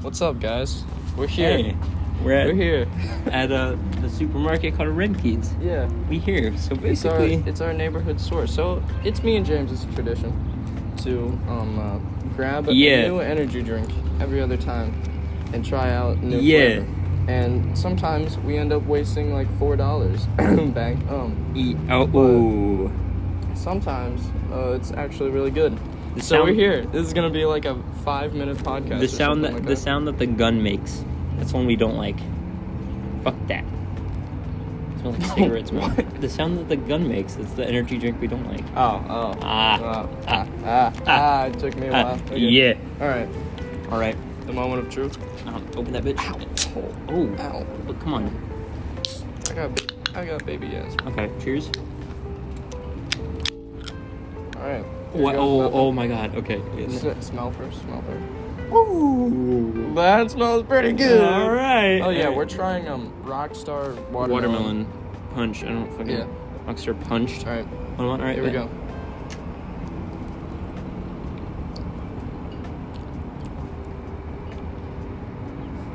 What's up, guys? We're here. Hey, we're at, We're here. at uh, the supermarket called Red Kids. Yeah. We here. So It's our, basically, it's our neighborhood store. So it's me and James. It's a tradition to um, uh, grab a Yeah. new energy drink every other time and try out new Yeah. flavor. And sometimes we end up wasting like four dollars. Bang. Um. e- oh, ooh. Sometimes uh, it's actually really good. The so sound- we're here. This is gonna be like a five-minute podcast. the or something sound that, like the sound that the gun makes. That's one we don't like. Fuck that. It smells like cigarette smoke. What? The sound that the gun makes. It's the energy drink we don't like. Oh. Oh. Ah, Oh, ah, ah. Ah. ah, Ah. It took me a Uh, while. Okay. Yeah. All right. All right. The moment of truth. Um, open that bitch. Oh. Ow. Ow. But come on. I got, I got baby ass. Okay. Cheers. All right. Here What? goes Oh. nothing. Oh my God. Okay. S- smell first. Smell first. Ooh. That smells pretty good. All right. Oh yeah, All right. we're trying um Rockstar watermelon. watermelon, punch. I don't fucking. Yeah. Rockstar punched. All right. All right, Here we go.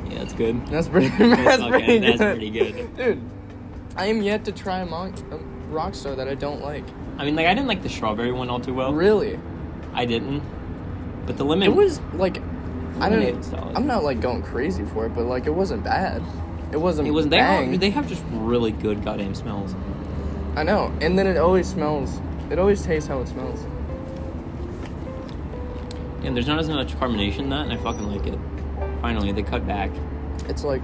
Yeah, that's good. That's pretty. That's That's, fucking- pretty good. that's pretty good. Dude, I am yet to try a mon- a Rockstar that I don't like. I mean, like I didn't like the strawberry one all too well. Really? I didn't. But the lemon It was like, I Lemonade's don't. solid. I'm not like going crazy for it, but like it wasn't bad. It wasn't. It was. They all, bang. they have just really good goddamn smells. I know, and then it always smells. It always tastes how it smells. And there's not as much carbonation in that, and I fucking like it. Finally, they cut back. It's like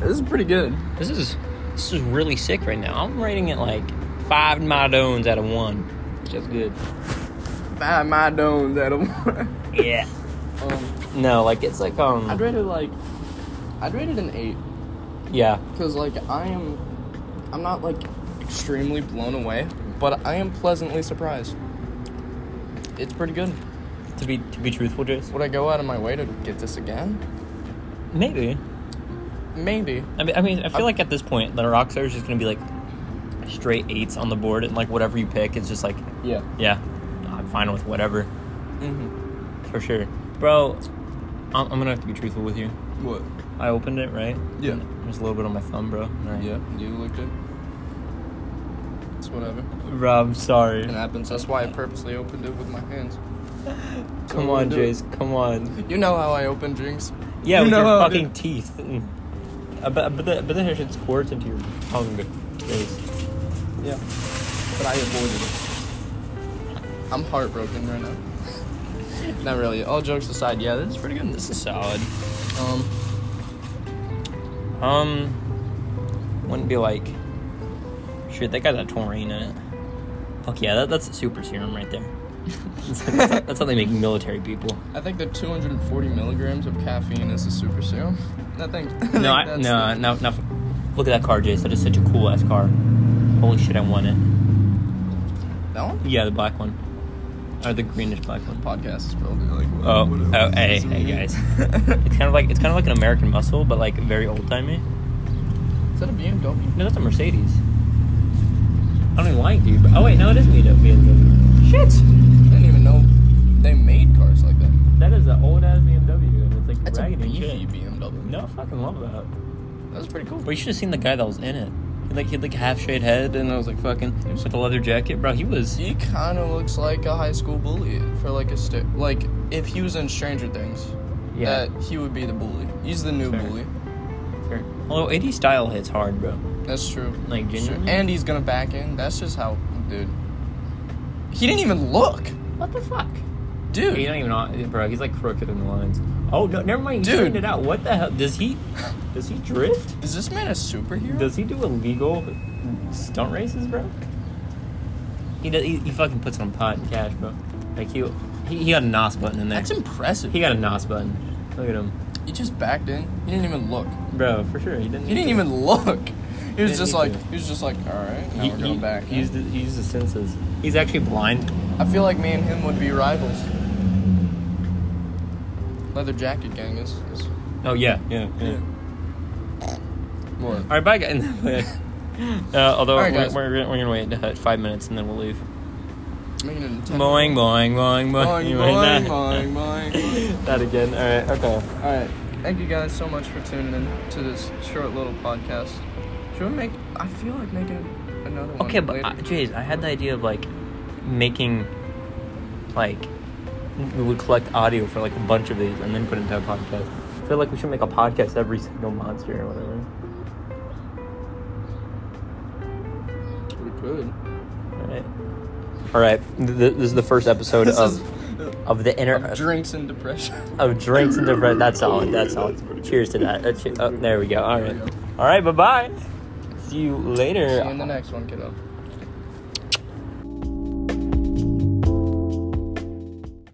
this is pretty good. This is this is really sick right now. I'm rating it like five Madones out of one, which is good. Five my dones out of one. Yeah. Um, No, like it's like um. I'd rate it like I'd rate it an eight yeah. because like I am I'm not like extremely blown away, but I am pleasantly surprised. It's pretty good. To be to be truthful, Jace. Would I go out of my way to get this again? Maybe. Maybe. I mean, I mean, I feel like at this point, the Rockstar is just gonna be like straight eights on the board, and like whatever you pick, it's just like, Yeah. yeah, I'm fine with whatever Mm-hmm. for sure, bro. I'm, I'm gonna have to be truthful with you. What? I opened it right. Yeah. There's a little bit on my thumb, bro. And I- You looked it. It's whatever. Bro, I'm sorry. It happens. That's why I purposely opened it with my hands. So Come I on, wouldn't do it. Jace. Come on. You know how I open drinks. Yeah, You with know your how I fucking do. teeth. Mm. Uh, but but the, but then it just squirts into your tongue, Jace. Yeah. But I avoided it. I'm heartbroken right now. Not really. All jokes aside, yeah, this is pretty good. This is solid. Um, Um, wouldn't be like, shit, that got that taurine in it. Fuck yeah, that, that's super serum right there. that's, how- that's how they make military people. I think the 240 milligrams of caffeine is a super serum. I think. I think No, I, that's the- no, no, no. Look at that car, Jace. That is such a cool ass car. Holy shit, I want it. That one? Yeah, the black one. Or the greenish black one. Podcast is probably like. what- Oh, what oh, else hey, is hey, it? guys. It's kind of like it's kind of like an American muscle, but like very old timey. is that a BMW? No, that's a Mercedes. I don't even like dude. But, oh wait, no, it is BMW. Shit. I didn't even know they made cars like that. That is an old ass BMW, and it's like That's a raggedy and beefy shit. BMW. No, I fucking love that. That's pretty cool. But you should have seen the guy that was in it. He like he had like a half shaved head, and I was like fucking with the leather jacket, bro. He was. He kind of looks like a high school bully for like a stick. Like if he was in Stranger Things, Yeah. that he would be the bully. He's the new Fair. bully. Although AD style hits hard, bro. That's true. Like That's true. genuinely. And he's gonna back in. That's just how, dude. He didn't even look, what the fuck? dude. He don't even know, bro. He's like crooked in the lines. Oh no, never mind. He Dude. straightened it out. What the hell? Does he? Does he drift? Is this man a superhero? Does he do illegal stunt races, bro? He does. He, he fucking puts on pot and cash, bro. Like he he, he got a nos button in there. That's impressive. He got a nos button. Look at him, he just backed in. He didn't even look. bro. For sure, he didn't. He didn't even look. He was Didn't just need like, to. he was just like, all right, now He, we're he, going back. he used his, he used his senses. He's actually blind. I feel like me and him would be rivals. Leather jacket gang is. is Oh yeah, yeah, yeah. What? All right, bye guys. uh, although All right, we're, guys. We're, gonna- we're gonna wait uh, five minutes and then we'll leave. making an attempt. Boing, boing, boing, boing. Boing, You boing, made boing, boing. that. that again. All right. Okay. All right. Thank you guys so much for tuning in to this short little podcast. Should we make? I feel like making another one. Okay, but later. uh, Jays, I had the idea of like making like we would collect audio for like a bunch of these and then put it into a podcast. I feel like we should make a podcast every single monster or whatever. we could. All right. All right. Th- th- this is the first episode This of is- of the inner Of drinks and depression. of drinks and different. That's all. That's all. Cheers to that. Uh, che- oh, there we go. All right. All right. Bye bye. See you later. See you in the next one, kiddo.